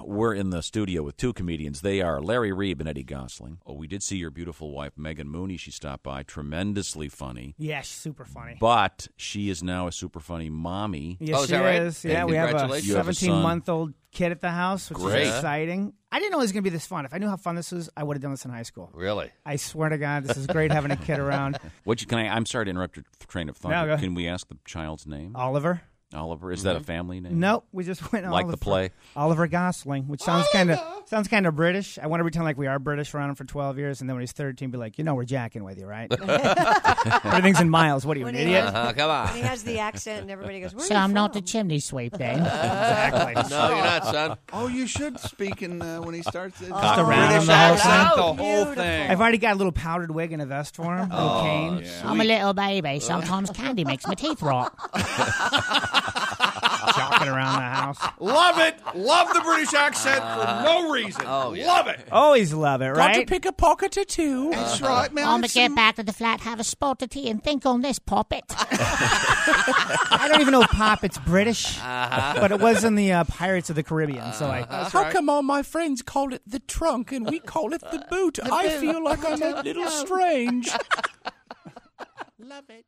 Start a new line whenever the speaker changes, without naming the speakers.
we're in the studio with two comedians. They are Larry Reeb and Eddie Gosling. Oh, we did see your beautiful wife, Megan Mooney. She stopped by. Tremendously funny.
Yeah, she's super funny.
But she is now a super funny mommy.
Yes,
Oh, is
she
that right?
is.
Hey,
Yeah, we have a
congratulations. You
have a son.
17 month old kid at the house, which
Great.
is exciting. I didn't know it was going to be this fun. If I knew how fun this was, I would have done this in high school.
Really?
I swear to God, this is great having a kid around.
What you, can I? I'm sorry to interrupt your train of thought.
No,
but
go ahead.
can we ask the child's name?
Oliver?
Oliver. Is that a family name?
No, we just went
Like the
Oliver.
play?
Oliver Gosling, which sounds kind of sounds kind of British. I want to pretend like we are British around him for 12 years, and then when he's 13, be like, you know, we're jacking with you, right? Everything's in miles. What are you, an
When he
idiot?
has-
Uh-huh, come
when he
on.
has the accent, and everybody goes, "Where
So
are you
I'm not the
from?"
chimney sweep then. exactly.
No, you're not, son.
Oh, you should speak in uh, when he starts. It's
Just
around
British
the whole
accent,
thing.
the whole
Beautiful.
thing.
I've already got a little powdered wig and a vest for him, a little cane.
I'm a
little baby. Sometimes candy makes my teeth rot. Joking around the house.
Love it. Love the British accent for no reason. Love it.
Always love it, right?
pick a pocket or two?
That's right, man.
I'ma get back to the flat, have a spot of tea, and think on this, poppet.
I don't even know if Pop, it's British,
Uh-huh.
but it was in the uh, Pirates of the Caribbean, so I.
How come all my friends call it the trunk and we call it the boot? I feel like I'm a little strange.
Love it.